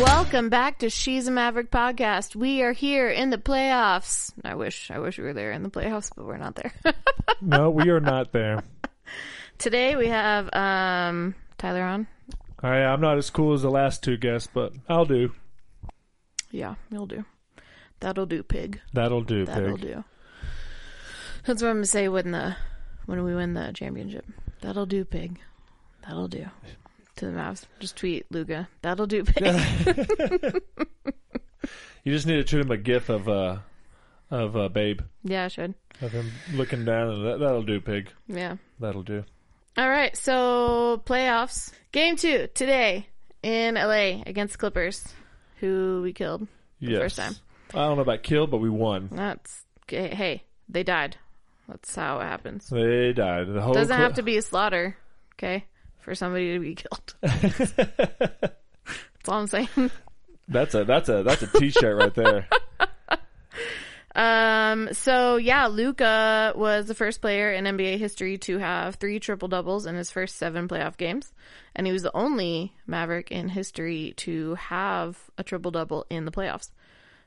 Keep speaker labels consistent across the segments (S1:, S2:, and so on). S1: Welcome back to She's a Maverick podcast. We are here in the playoffs. I wish I wish we were there in the playoffs, but we're not there.
S2: No, we are not there.
S1: Today we have um Tyler on.
S2: All right, I'm not as cool as the last two guests, but I'll do.
S1: Yeah, you'll do. That'll do, pig.
S2: That'll do,
S1: That'll
S2: pig.
S1: do. That's what I'm gonna say when the when we win the championship. That'll do, pig. That'll do. To the Mavs, just tweet Luga. That'll do, pig.
S2: You just need to shoot him a gif of uh of uh, Babe
S1: yeah, I should.
S2: of him looking down, and that, that'll do, pig.
S1: Yeah.
S2: That'll do.
S1: All right, so playoffs. Game two today in LA against Clippers, who we killed.
S2: Yes.
S1: first time.
S2: I don't know about kill, but we won.
S1: That's hey, hey they died. That's how it happens.
S2: They died. The whole
S1: Doesn't have to be a slaughter, okay, for somebody to be killed. That's all I'm saying.
S2: That's a that's a that's a t-shirt right there.
S1: Um, so yeah, Luca was the first player in NBA history to have three triple doubles in his first seven playoff games, and he was the only Maverick in history to have a triple double in the playoffs.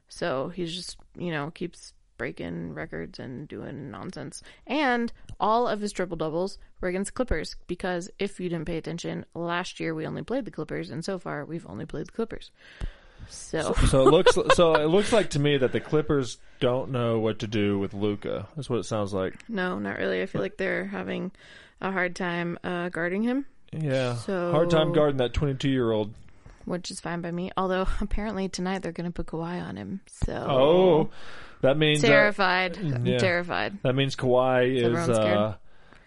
S1: So he's just you know keeps breaking records and doing nonsense, and all of his triple doubles were against Clippers because if you didn't pay attention, last year we only played the Clippers, and so far we've only played the Clippers. So
S2: So it looks so it looks like to me that the Clippers don't know what to do with Luca. That's what it sounds like.
S1: No, not really. I feel like they're having a hard time uh, guarding him,
S2: Yeah.
S1: So-
S2: Hard time guarding that 22 year old.
S1: which is fine by me. Although apparently tonight they're going to put Kawhi on him, so
S2: Oh, that means uh,
S1: terrified, I'm
S2: Yeah.
S1: terrified.
S2: that means Kawhi is.
S1: everyone's
S2: Uh,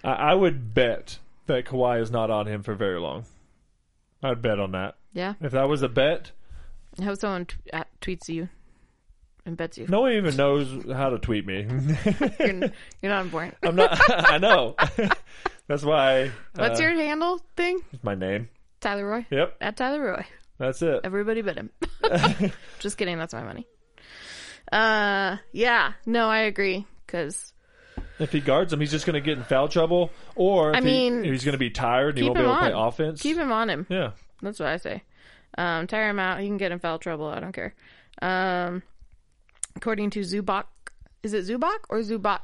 S2: I, I would bet that Kawhi is not on him for very long. I'd bet on that.
S1: Yeah,
S2: If that was a bet,
S1: I hope someone t- uh, tweets you and bets you
S2: no one even knows how to tweet me.
S1: you're, you're not important.
S2: I'm uh, not. I know. That's why.
S1: What's
S2: uh,
S1: your handle thing?
S2: my name?
S1: Tyler Roy
S2: Yep,
S1: at Tyler Roy.
S2: that's it.
S1: Everybody but him. Just kidding. That's my money. Uh, yeah. No, I agree. Because
S2: If he guards him, he's just going to get in foul trouble, or if
S1: I
S2: he-
S1: mean,
S2: he's going to be tired and he
S1: keep
S2: won't be
S1: him
S2: able to play
S1: on.
S2: offense.
S1: keep him on him.
S2: yeah,
S1: That's what I say. Um, tire him out. He can get in foul trouble. I don't care. Um, according to Zubac, is it Zubac or Zubac?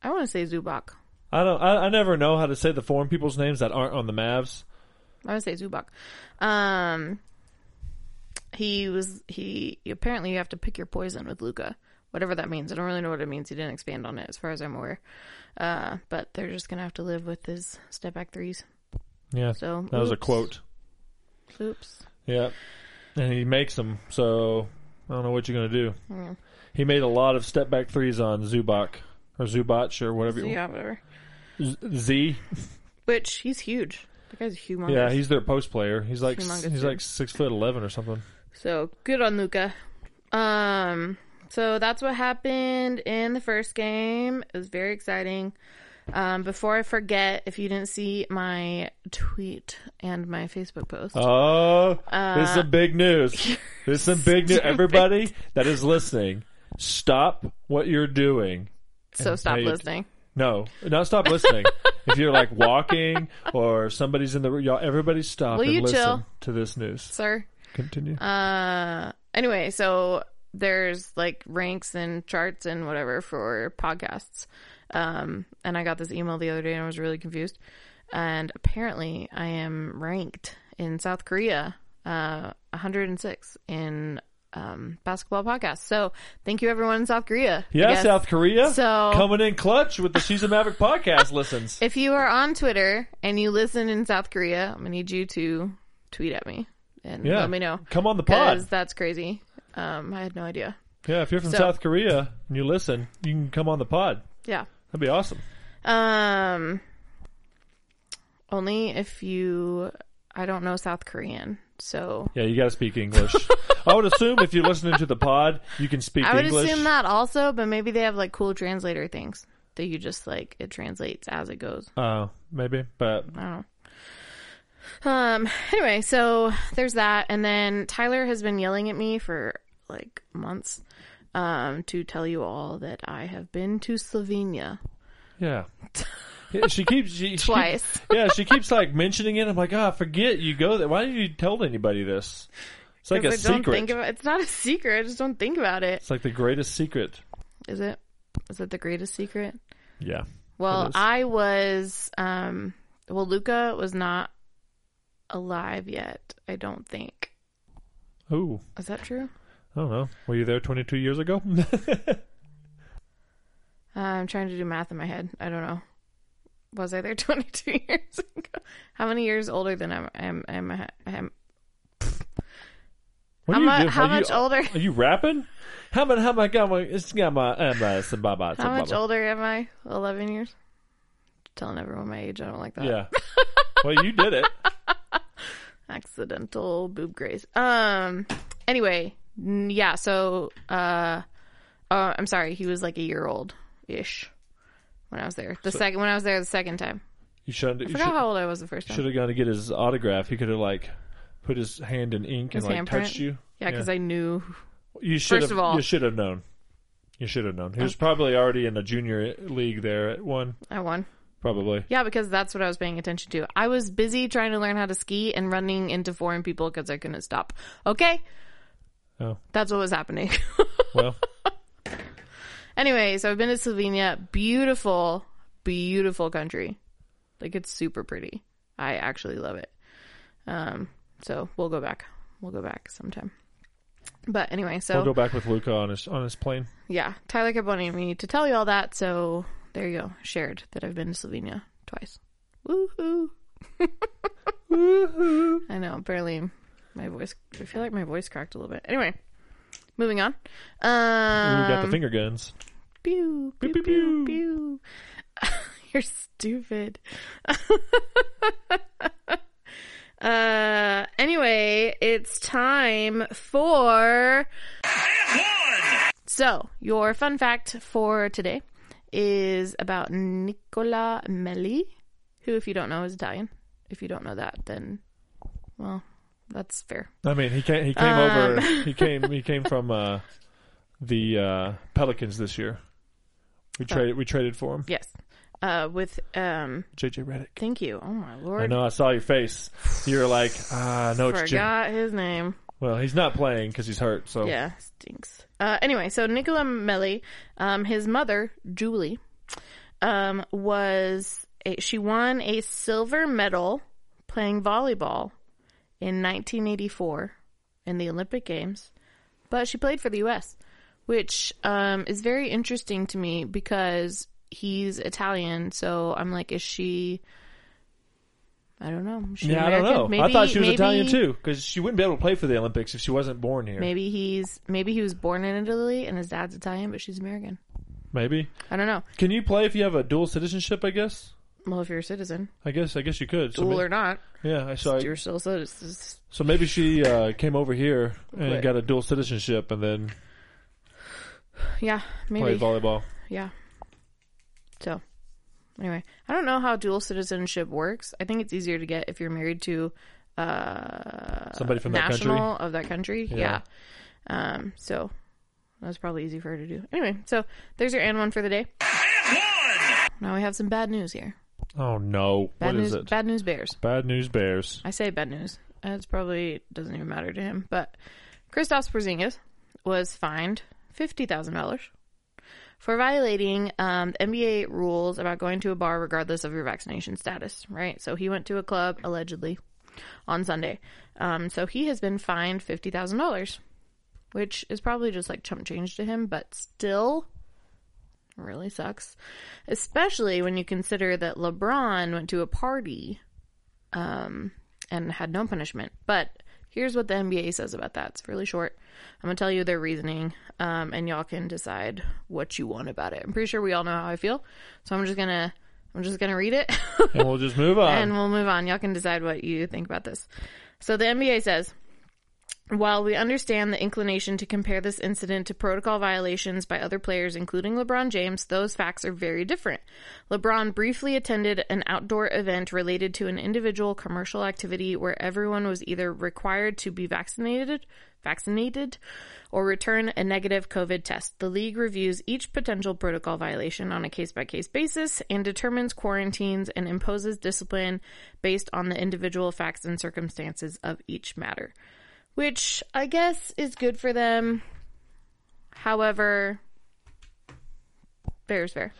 S1: I want to say Zubac.
S2: I don't. I, I never know how to say the foreign people's names that aren't on the Mavs.
S1: I want to say Zubac. Um, he was he apparently you have to pick your poison with Luca, whatever that means. I don't really know what it means. He didn't expand on it as far as I'm aware. Uh, but they're just gonna have to live with his step back threes.
S2: Yeah,
S1: So
S2: that was a
S1: oops.
S2: quote.
S1: Oops.
S2: Yeah, and he makes them. So I don't know what you're going to do. He made a lot of step back threes on Zubac or Zubac or whatever. you-
S1: Yeah, whatever.
S2: Z- Z.
S1: Which he's huge. That guy's humongous.
S2: Yeah, he's their post player. He's like
S1: Humongous
S2: he's
S1: dude.
S2: like six foot eleven or something.
S1: So good on Luca. Um, so that's what happened in the first game. It was very exciting. Um, before I forget, if you didn't see my tweet and my Facebook post,
S2: Oh,
S1: Uh,
S2: this is some big news. This is some big news. Everybody that is listening, stop what you're doing.
S1: so stop
S2: hey,
S1: listening.
S2: No, not stop listening. if you're like walking or somebody's in the room, y'all, everybody stop
S1: Will
S2: and
S1: you
S2: listen
S1: chill?
S2: to this news.
S1: Sir,
S2: Continue.
S1: Uh, anyway, so there's like ranks and charts and whatever for podcasts. Um, and I got this email the other day and I was really confused. And apparently, I am ranked in South Korea, uh, 106 in um, basketball podcasts. So thank you, everyone in South Korea. I
S2: yeah,
S1: guess.
S2: South Korea
S1: So-
S2: coming in clutch with the Season Maverick podcast listens.
S1: If you are on Twitter and you listen in South Korea, I'm gonna need you to tweet at me and
S2: Yeah,
S1: let me know
S2: Come on the
S1: because
S2: pod.
S1: that's crazy. Um, I had no idea.
S2: Yeah, if you're from
S1: So-
S2: South Korea and you listen, you can come on the pod.
S1: Yeah.
S2: That'd be awesome.
S1: Um, only if you. I don't know South Korean, so
S2: Yeah, you got to speak English. I would assume if you're listening to the pod, you can speak
S1: I would
S2: English.
S1: assume that also. But maybe they have like cool translator things that you just like it translates as it goes.
S2: Uh, maybe, but
S1: I don't know. Um. Anyway, so there's that, and then Tyler has been yelling at me for like months, um, to tell you all that I have been to Slovenia
S2: yeah. Yeah, She keeps she, she keeps-
S1: twice.
S2: yeah, she keeps like mentioning it. I'm like, ah, forget you go there. Why did you tell anybody this? It's like a
S1: 'Cause I don't
S2: secret.
S1: Think about, it's not a secret. I just don't think about it.
S2: it's like the greatest secret.
S1: Is it? Is it the greatest secret?
S2: Yeah. It
S1: Well,
S2: is.
S1: I was. Um, well, Luca was not alive yet. I don't think.
S2: Ooh.
S1: Is that true?
S2: I don't know. Were you there 22 years ago?
S1: Uh, I'm trying to do math in my head. I don't know. Was I there 22 years ago? How many years older than I'm? I'm. I'm. I'm, how
S2: What are you
S1: mu-
S2: doing?
S1: how
S2: Are you-
S1: much older?
S2: Are you rapping? How much? How much? How much? It's got my. Um, uh, some baba, some
S1: How much
S2: baba.
S1: older am I? 11 years. Telling everyone my age. I don't like that.
S2: Yeah. well, you did it.
S1: accidental boob graze. Um. Anyway, n- yeah. So, uh, uh, I'm sorry. He was like a year old ish when I was there. The second when I was there the second time.
S2: You shouldn't. You
S1: I forgot how old I was the first
S2: should
S1: time.
S2: have gone to get his autograph. He could have like put his hand in ink
S1: His
S2: and like
S1: handprint?
S2: touched you.
S1: Yeah, because I knew.
S2: you should
S1: First of
S2: have,
S1: all-
S2: you should have known. You should have known. He was probably already in the junior league there at one.
S1: I won.
S2: Probably.
S1: Yeah, because that's what I was paying attention to. I was busy trying to learn how to ski and running into foreign people because I couldn't stop. Okay,
S2: Oh
S1: that's what was happening.
S2: well.
S1: anyway, so I've been to Slovenia. Beautiful, beautiful country. Like it's super pretty. I actually love it. Um, so we'll go back. We'll go back sometime. But anyway, so
S2: We'll go back with Luca on his on his plane.
S1: yeah, Tyler kept wanting me to tell you all that, so there you go. Shared that I've been to Slovenia twice. Woohoo!
S2: Woohoo!
S1: I know. Apparently, my voice. I feel like my voice cracked a little bit. Anyway, moving on. Um,
S2: we got the finger guns.
S1: pew, pew,
S2: pew,
S1: pew,
S2: pew.
S1: pew. You're stupid. uh, anyway, it's time for. So, your fun fact for today is about Nicola Melli, who, if you don't know, is Italian. If you don't know that, then, well, that's fair.
S2: I mean, he came. He came over.
S1: Um.
S2: He came. He came from uh, the uh, Pelicans this year. We
S1: Oh.
S2: traded. We traded for him.
S1: Yes. Uh, with um,
S2: JJ Redick.
S1: thank you. Oh my
S2: I
S1: lord,
S2: know. I saw your face. You're like, ah, no, it's Jim.
S1: forgot his name.
S2: Well, he's not playing because he's hurt. So
S1: Yeah, stinks. Uh, anyway, so Nicola Melli, um, his mother Julie, um, was a, she won a silver medal playing volleyball in 1984 in the Olympic Games, but she played for the U.S., which um, is very interesting to me because he's Italian. So I'm like, is she? I don't know. Is she
S2: Yeah, I don't
S1: American?
S2: know. I thought she was
S1: maybe-
S2: Italian too because she wouldn't be able to play for the Olympics if she wasn't born here.
S1: Maybe he's maybe he was born in Italy and his dad's Italian, but she's American.
S2: Maybe.
S1: I don't know.
S2: Can you play if you have a dual citizenship? I guess.
S1: Well, if you're a citizen,
S2: I guess. I guess you could. So
S1: dual
S2: may-
S1: or not,
S2: yeah. I saw.
S1: you're still a citizen.
S2: So maybe she uh, came over here and
S1: Quit.
S2: got a dual citizenship and then
S1: Yeah,
S2: played
S1: maybe.
S2: volleyball.
S1: Yeah. So, anyway, I don't know how dual citizenship works. I think it's easier to get if you're married to uh,
S2: Somebody from that country?
S1: national of that country. Yeah. Um. So that was probably easy for her to do. Anyway, so there's your and one for the day. Now we have some bad news here.
S2: Oh no!
S1: Bad
S2: What is
S1: news.
S2: it?
S1: Bad news bears.
S2: Bad news bears.
S1: I say bad news. Uh, It's probably doesn't even matter to him. But Christoph Porzingis was fined fifty thousand dollars for violating um, the NBA rules about going to a bar regardless of your vaccination status. Right. So he went to a club allegedly on Sunday. Um, so he has been fined fifty thousand dollars, which is probably just like chump change to him, but still. Really sucks, especially when you consider that LeBron went to a party and had no punishment. But here's what the NBA says about that. It's really short. I'm going to tell you their reasoning, um, and y'all can decide what you want about it. I'm pretty sure we all know how I feel, so I'm just gonna I'm just gonna read it.
S2: and we'll just move on.
S1: and we'll move on. Y'all can decide what you think about this. So the NBA says. While we understand the inclination to compare this incident to protocol violations by other players, including LeBron James, those facts are very different. LeBron briefly attended an outdoor event related to an individual commercial activity where everyone was either required to be vaccinated, vaccinated, or return a negative COVID test. The league reviews each potential protocol violation on a case by case basis and determines quarantines and imposes discipline based on the individual facts and circumstances of each matter. which I guess is good for them. However, Bears Bear.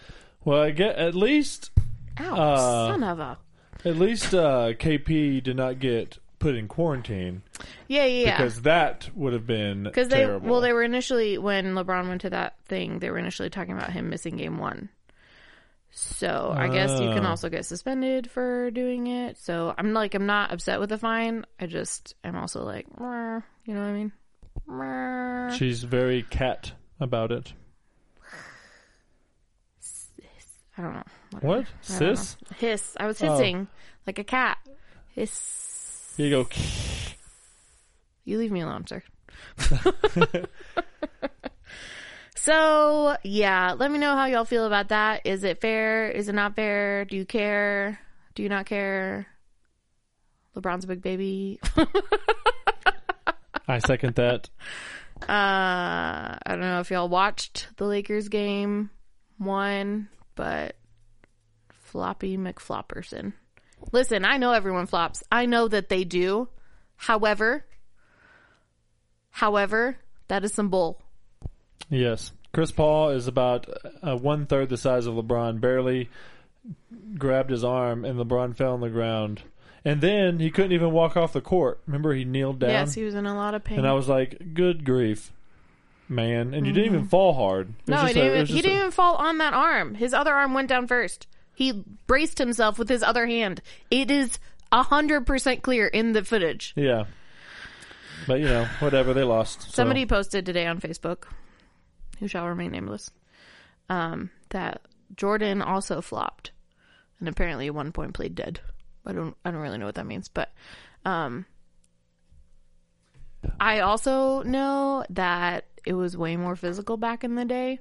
S2: Well, I get at least
S1: Ow,
S2: Uh,
S1: son of a.
S2: at least uh, KP did not get put in quarantine
S1: Yeah, yeah, yeah.
S2: because that would have been
S1: Because
S2: because
S1: they well, they were initially when LeBron went to that thing, they were initially talking about him missing game one. So I guess you can
S2: Oh.
S1: also get suspended for doing it. So I'm like, I'm not upset with the fine. I just am also like, "Meh," you know what I mean? Meh.
S2: she's very cat about it.
S1: I don't know. Whatever.
S2: What
S1: I don't
S2: sis?
S1: know. Hiss. I was hissing like a cat. Hiss.
S2: You go.
S1: You leave me alone, sir. so, yeah, let me know how y'all feel about that. Is it fair? Is it not fair? Do you care? Do you not care? LeBron's a big baby.
S2: I second that.
S1: Uh, I don't know if y'all watched the Lakers game one, but Floppy McFlopperson. Listen, I know everyone flops. I know that they do. However, however, that is some bull.
S2: Yes. Chris Paul is about uh, one third the size of LeBron, barely grabbed his arm, and LeBron fell on the ground. And then he couldn't even walk off the court. Remember, he kneeled down?
S1: Yes, he was in a lot of pain.
S2: And I was like, good grief, man. And you didn't even fall hard. It was
S1: Mm-hmm. no, he
S2: just a-
S1: didn't,
S2: it
S1: even,
S2: was
S1: he
S2: just
S1: didn't even fall on that arm. His other arm went down first. He braced himself with his other hand. It is a hundred percent clear in the footage.
S2: a- yeah. But, you know, whatever. They lost. so.
S1: Somebody posted today on Facebook, who shall remain nameless, um, that Jordan also flopped, and apparently at one point played dead. I don't, I don't really know what that means, but um, I also know that it was way more physical back in the day.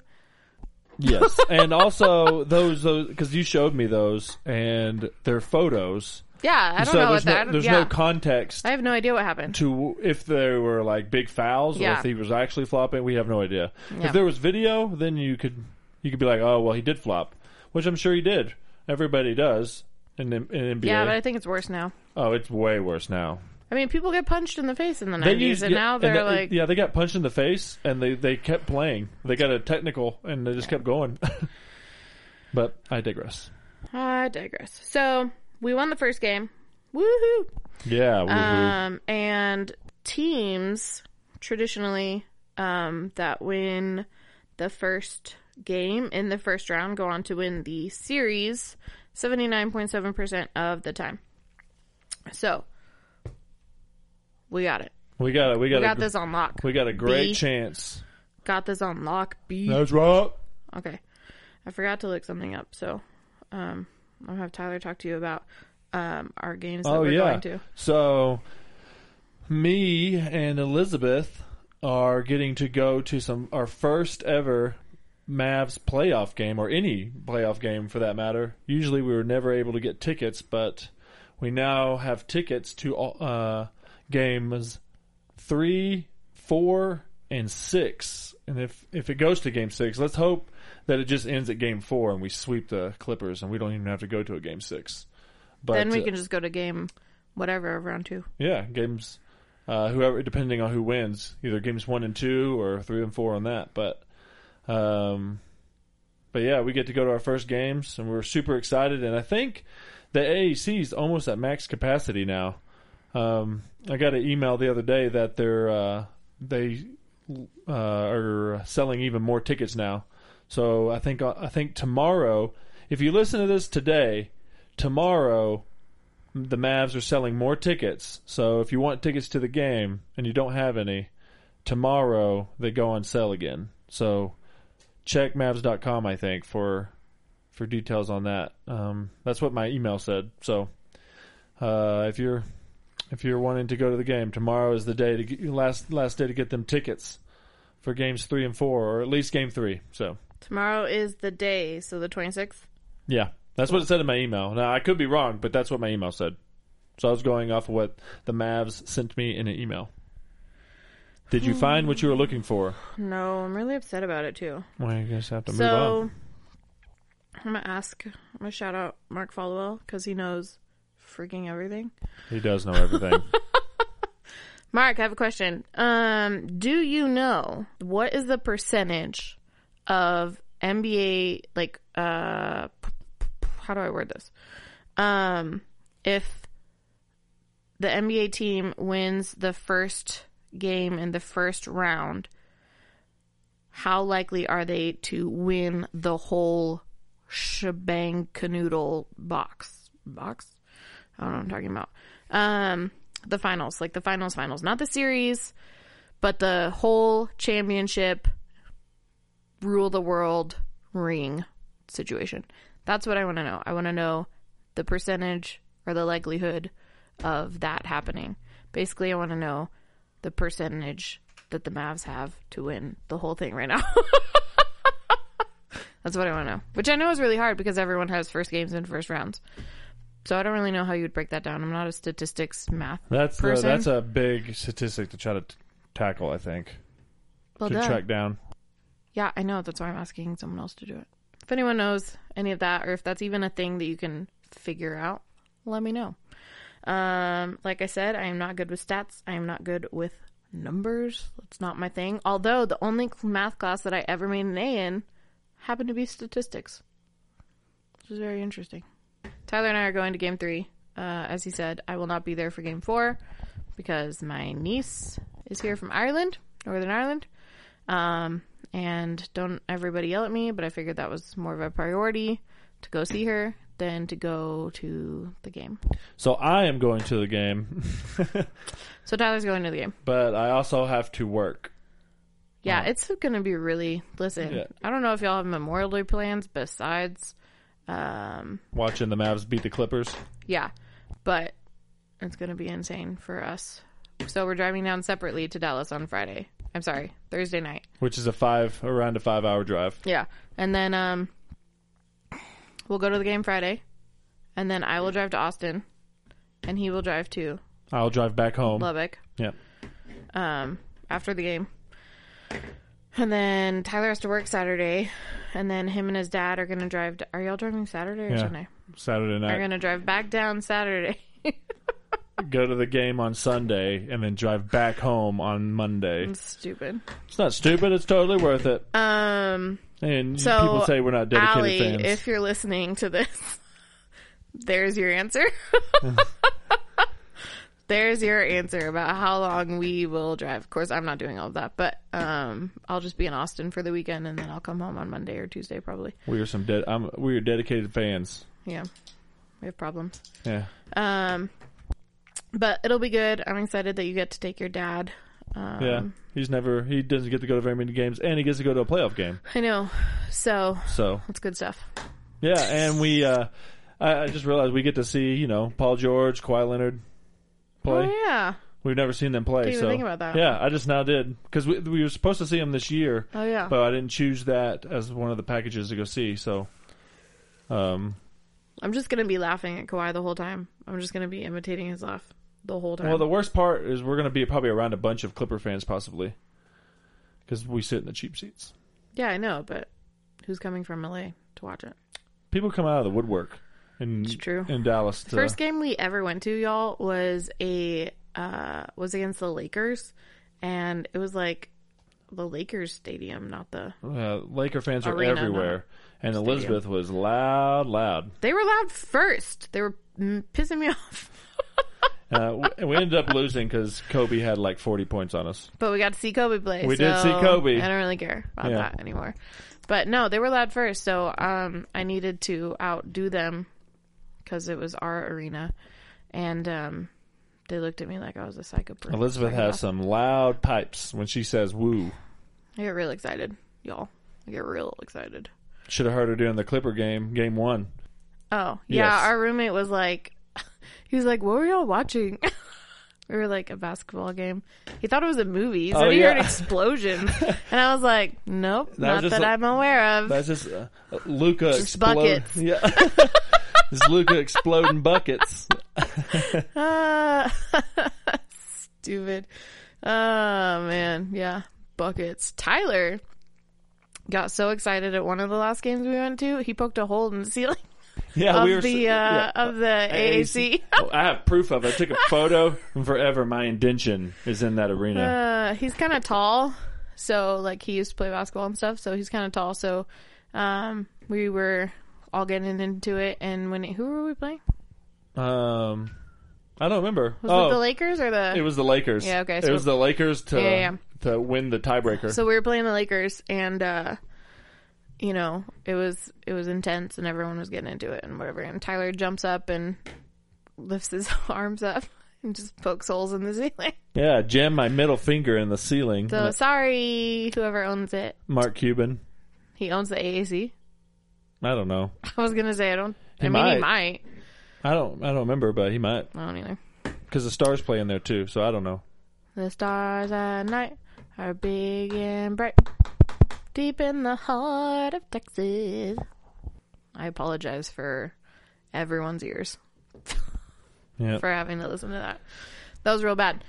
S2: Yes. and also, those, those, because you showed me those, and they're photos.
S1: Yeah, I don't
S2: so
S1: know what
S2: there's,
S1: that. I
S2: no,
S1: don't-
S2: there's
S1: yeah.
S2: no context
S1: I have no idea what happened.
S2: to if there were like big fouls or
S1: Yeah.
S2: if he was actually flopping. We have no idea.
S1: Yeah.
S2: If there was video, then you could you could be like, oh well, he did flop, which I'm sure he did. Everybody does in, the- in NBA.
S1: Yeah, but I think it's worse now.
S2: oh, it's way worse now.
S1: I mean, people get punched in the face in the
S2: They
S1: 90s,
S2: used-
S1: and
S2: yeah,
S1: now
S2: and
S1: they're
S2: they-
S1: like,
S2: yeah, they got punched in the face and they they kept playing. They got a technical and they just kept going. but I digress.
S1: "Ah, I digress. So, we won the first game. Woohoo!
S2: Yeah, woo-hoo.
S1: Um, and teams traditionally um, that win the first game in the first round go on to win the series 79.7% of the time. So, we got it.
S2: we got a we got,
S1: We got
S2: a,
S1: this on lock.
S2: we got a great
S1: B.
S2: chance.
S1: Got this on lock. B.
S2: That's right.
S1: Okay. I forgot to look something up, so um, I'll have Tyler talk to you about um, our games
S2: Oh,
S1: that we're going to.
S2: So, me and Elizabeth are getting to go to some our first ever Mavs playoff game, or any playoff game for that matter. Usually, we were never able to get tickets, but we now have tickets to all- uh, games three, four, and six. And if if it goes to game six, let's hope that it just ends at game four and we sweep the Clippers and we don't even have to go to a game six. But
S1: then we
S2: uh,
S1: can just go to game whatever of round two.
S2: yeah, games. Uh, whoever, depending on who wins, either games one and two or three and four on that. But, um, but yeah, we get to go to our first games, and we're super excited. And I think the AAC is almost at max capacity now. Um, I got an email the other day that they're uh, they uh, are selling even more tickets now. So I think uh, I think tomorrow, if you listen to this today, tomorrow the Mavs are selling more tickets. So if you want tickets to the game and you don't have any, tomorrow they go on sale again. So check Mavs.com, I think, for for details on that. Um, that's what my email said. So uh, if you're if you're wanting to go to the game, tomorrow is the day to get, last last day to get them tickets for games three and four, or at least game three. So
S1: Tomorrow is the day, so the 26th.
S2: yeah, that's what it said in my email. Now I could be wrong, but that's what my email said. So I was going off of what the Mavs sent me in an email. Did you find what you were looking for?
S1: No, I'm really upset about it too.
S2: Well, I guess I have to move on.
S1: So I'm gonna ask, I'm gonna shout out Mark Falwell because he knows freaking everything.
S2: He does know everything.
S1: Mark, I have a question. Um, do you know what is the percentage of NBA like uh p- p- p- how do I word this? Um, if the NBA team wins the first game in the first round, how likely are they to win the whole shebang canoodle box box? I don't know what I'm talking about. Um, the finals, like the finals, finals, not the series, but the whole championship, rule the world ring situation. That's what I want to know. I want to know the percentage or the likelihood of that happening. Basically, I want to know the percentage that the Mavs have to win the whole thing right now. That's what I want to know. Which I know is really hard because everyone has first games and first rounds. So I don't really know how you would break that down. I'm not a statistics math
S2: That's uh,
S1: person.
S2: that's a big statistic to try to t- tackle. I think
S1: well
S2: to
S1: done.
S2: track down.
S1: Yeah, I know. That's why I'm asking someone else to do it. If anyone knows any of that, or if that's even a thing that you can figure out, let me know. Um, like I said, I am not good with stats. I am not good with numbers. That's not my thing. Although the only cl- math class that I ever made an A in happened to be statistics, which is very interesting. Tyler and I are going to game three. Uh, as he said, I will not be there for game four because my niece is here from Ireland, Northern Ireland. Um, and don't everybody yell at me, but I figured that was more of a priority to go see her than to go to the game.
S2: So I am going to the game,
S1: So Tyler's going to the game.
S2: but I also have to work.
S1: Yeah, it's gonna be really. Listen,
S2: Yeah.
S1: I don't know if y'all have Memorial Day plans besides, um,
S2: Watching the Mavs beat the Clippers.
S1: yeah, but it's gonna be insane for us. So we're driving down separately to Dallas on Friday. I'm sorry, Thursday night.
S2: which is a five around a five hour drive.
S1: Yeah. And then um we'll go to the game Friday. And then I will drive to Austin and he will drive to
S2: I'll drive back home.
S1: Lubbock
S2: Yeah,
S1: um after the game. And then Tyler has to work Saturday and then him and his dad are going to drive to, Are y'all driving Saturday or
S2: Yeah.
S1: Sunday? They're
S2: Saturday night.
S1: going to drive back down Saturday.
S2: Go to the game on Sunday and then drive back home on Monday.
S1: It's stupid.
S2: It's not stupid. It's totally worth it.
S1: Um
S2: And
S1: So,
S2: people say we're not dedicated
S1: Allie,
S2: fans.
S1: if you're listening to this, there's your answer. there's your answer about how long we will drive. Of course, I'm not doing all of that, but um, I'll just be in Austin for the weekend, and then I'll come home on Monday or Tuesday, probably.
S2: we are some dead. I'm, we are dedicated fans.
S1: Yeah, we have problems.
S2: Yeah,
S1: Um, but it'll be good. I'm excited that you get to take your dad. Um,
S2: yeah. He's never. He doesn't get to go to very many games, and he gets to go to a playoff game.
S1: I know. So
S2: So
S1: that's good stuff.
S2: yeah, and we. Uh, I, I just realized we get to see you know Paul George, Kawhi Leonard play.
S1: Oh yeah.
S2: We've never seen them play.
S1: Didn't even
S2: so
S1: think about that.
S2: yeah, I just now did because we, we were supposed to see them this year,
S1: Oh yeah.
S2: but I didn't choose that as one of the packages to go see. So, um,
S1: I'm just gonna be laughing at Kawhi the whole time. I'm just gonna be imitating his laugh the whole time.
S2: well, the worst part is we're going to be probably around a bunch of Clipper fans possibly because we sit in the cheap seats.
S1: yeah, I know, but who's coming from LA to watch it?
S2: People come out of the woodwork in
S1: It's true.
S2: in Dallas. To,
S1: First game we ever went to, y'all, was a uh was against the Lakers, and it was like the Lakers stadium, not the.
S2: uh, Laker fans are
S1: Arena, no.
S2: everywhere, and Elizabeth was loud, loud.
S1: They were loud first. They were mm, pissing me off,
S2: Uh, we- we ended up losing because Kobe had like forty points on us.
S1: but we got to see Kobe play.
S2: We did
S1: so
S2: see Kobe.
S1: I don't really care about
S2: Yeah.
S1: that anymore. But no, they were loud first, so um, I needed to outdo them because it was our arena, and um, they looked at me like I was a psycho.
S2: Elizabeth has some loud pipes when she says "woo."
S1: I get real excited, y'all. I get real excited.
S2: Should have heard her during the Clipper game, game one.
S1: Oh, yeah.
S2: Yes.
S1: Our roommate was like, he was like, what were y'all watching? we were like, a basketball game. He thought it was a movie. He said
S2: Oh,
S1: he
S2: yeah.
S1: heard explosions. and I was like, nope,
S2: was
S1: not
S2: just
S1: that
S2: a-
S1: i I'm aware of.
S2: That's just uh, Luca
S1: Just
S2: explode-
S1: buckets.
S2: Yeah, it's Luca exploding buckets.
S1: Ah, stupid. Oh, man. Yeah. Buckets. Tyler got so excited at one of the last games we went to, he poked a hole in the ceiling.
S2: Yeah,
S1: of
S2: Oh, we were
S1: the
S2: s-
S1: uh,
S2: yeah.
S1: of the AAC.
S2: Oh, I have proof of it. I took a photo and forever. My indention is in that arena.
S1: Uh, he's kind of tall, so like he used to play basketball and stuff. So he's kind of tall. So, um, we were all getting into it, and when who were we playing?
S2: Um, I don't remember.
S1: Uh, Was
S2: oh,
S1: it the Lakers or the?
S2: it was the Lakers.
S1: Yeah, okay,
S2: it
S1: so-
S2: was the Lakers to
S1: Yeah, yeah,
S2: to win the tiebreaker.
S1: So we were playing the Lakers, and uh, you know it was it was intense, and everyone was getting into it and whatever. And Tyler jumps up and lifts his arms up and just pokes holes in the ceiling.
S2: yeah, jam my middle finger in the ceiling.
S1: So sorry, whoever owns it,
S2: Mark Cuban.
S1: he owns the AAC.
S2: I don't know.
S1: I was gonna say I don't.
S2: He
S1: I mean,
S2: might.
S1: he might.
S2: I don't. I don't remember, but he might
S1: I don't either.
S2: because the Stars play in there too. So I don't know.
S1: The stars at night are big and bright, deep in the heart of Texas. I apologize for everyone's ears.
S2: Yeah.
S1: for having to listen to that. That was real bad.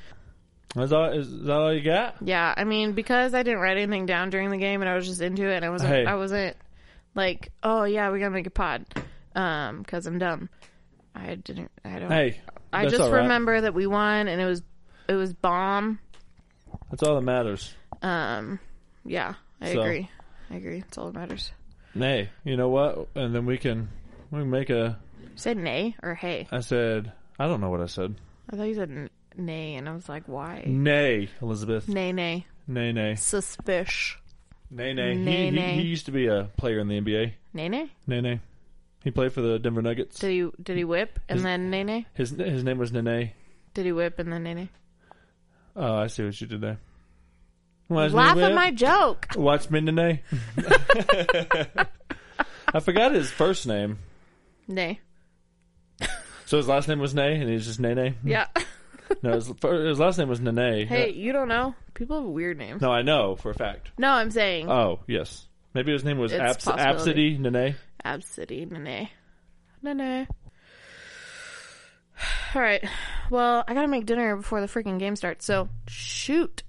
S2: Is, all, is that all you got?
S1: Yeah, I mean, because I didn't write anything down during the game and I was just into it and I wasn't
S2: Hey.
S1: I wasn't like, "Oh yeah, we got to make a pod." Um cuz I'm dumb. I didn't I don't
S2: Hey,
S1: I
S2: that's
S1: just
S2: all right.
S1: remember that we won and it was it was bomb.
S2: That's all that matters.
S1: Um yeah, I
S2: So.
S1: agree. I agree. It's all that matters.
S2: Nay, you know what? And then we can we can make a.
S1: You said nay or hey?
S2: I said I don't know what I said.
S1: I thought you said n- nay and I was like, "Why?"
S2: Nay, Elizabeth.
S1: Nay nay.
S2: Nay, nay,
S1: Suspish.
S2: nay, nay.
S1: Nay,
S2: He,
S1: nay.
S2: he, he used to be a player in the NBA.
S1: Nay nay.
S2: Nay, nay. He played for the Denver Nuggets.
S1: Did he did he whip and
S2: Is-
S1: then nay nay?
S2: His his name was Nene.
S1: Did he whip and then nay nay?
S2: Oh, I see what you did there. Watch me
S1: Laugh at
S2: whip.
S1: my joke.
S2: Watch me Nene. I forgot his first name.
S1: Nay.
S2: So his last name was Nay, and he's just Nene.
S1: Yeah.
S2: No, his, fir- his last name was Nene.
S1: hey, you don't know. People have weird names.
S2: No, I know for a fact.
S1: No, I'm saying
S2: Oh, yes. Maybe his name was
S1: It's
S2: Abs-
S1: a possibility.
S2: Absidy Nene.
S1: Absidy Nene. Nene. All right. Well, I got to make dinner before the freaking game starts. So, shoot.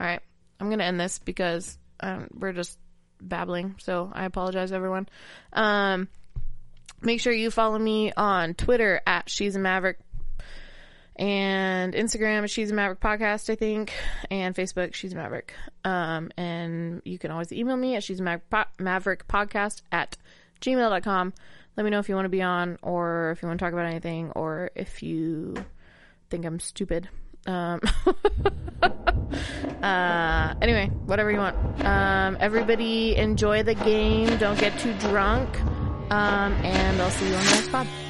S1: All right. I'm going to end this because um, we're just babbling. So, I apologize, everyone. Um, make sure you follow me on Twitter at She's a Maverick and Instagram is She's a Maverick Podcast, I think, and Facebook, She's a Maverick. Um, and you can always email me at She's a Maverick, po- Maverick Podcast at gmail.com. Let me know if you want to be on or if you want to talk about anything or if you think I'm stupid. Um, uh, anyway, whatever you want. Um, everybody enjoy the game. Don't get too drunk. Um, and I'll see you on the next pod.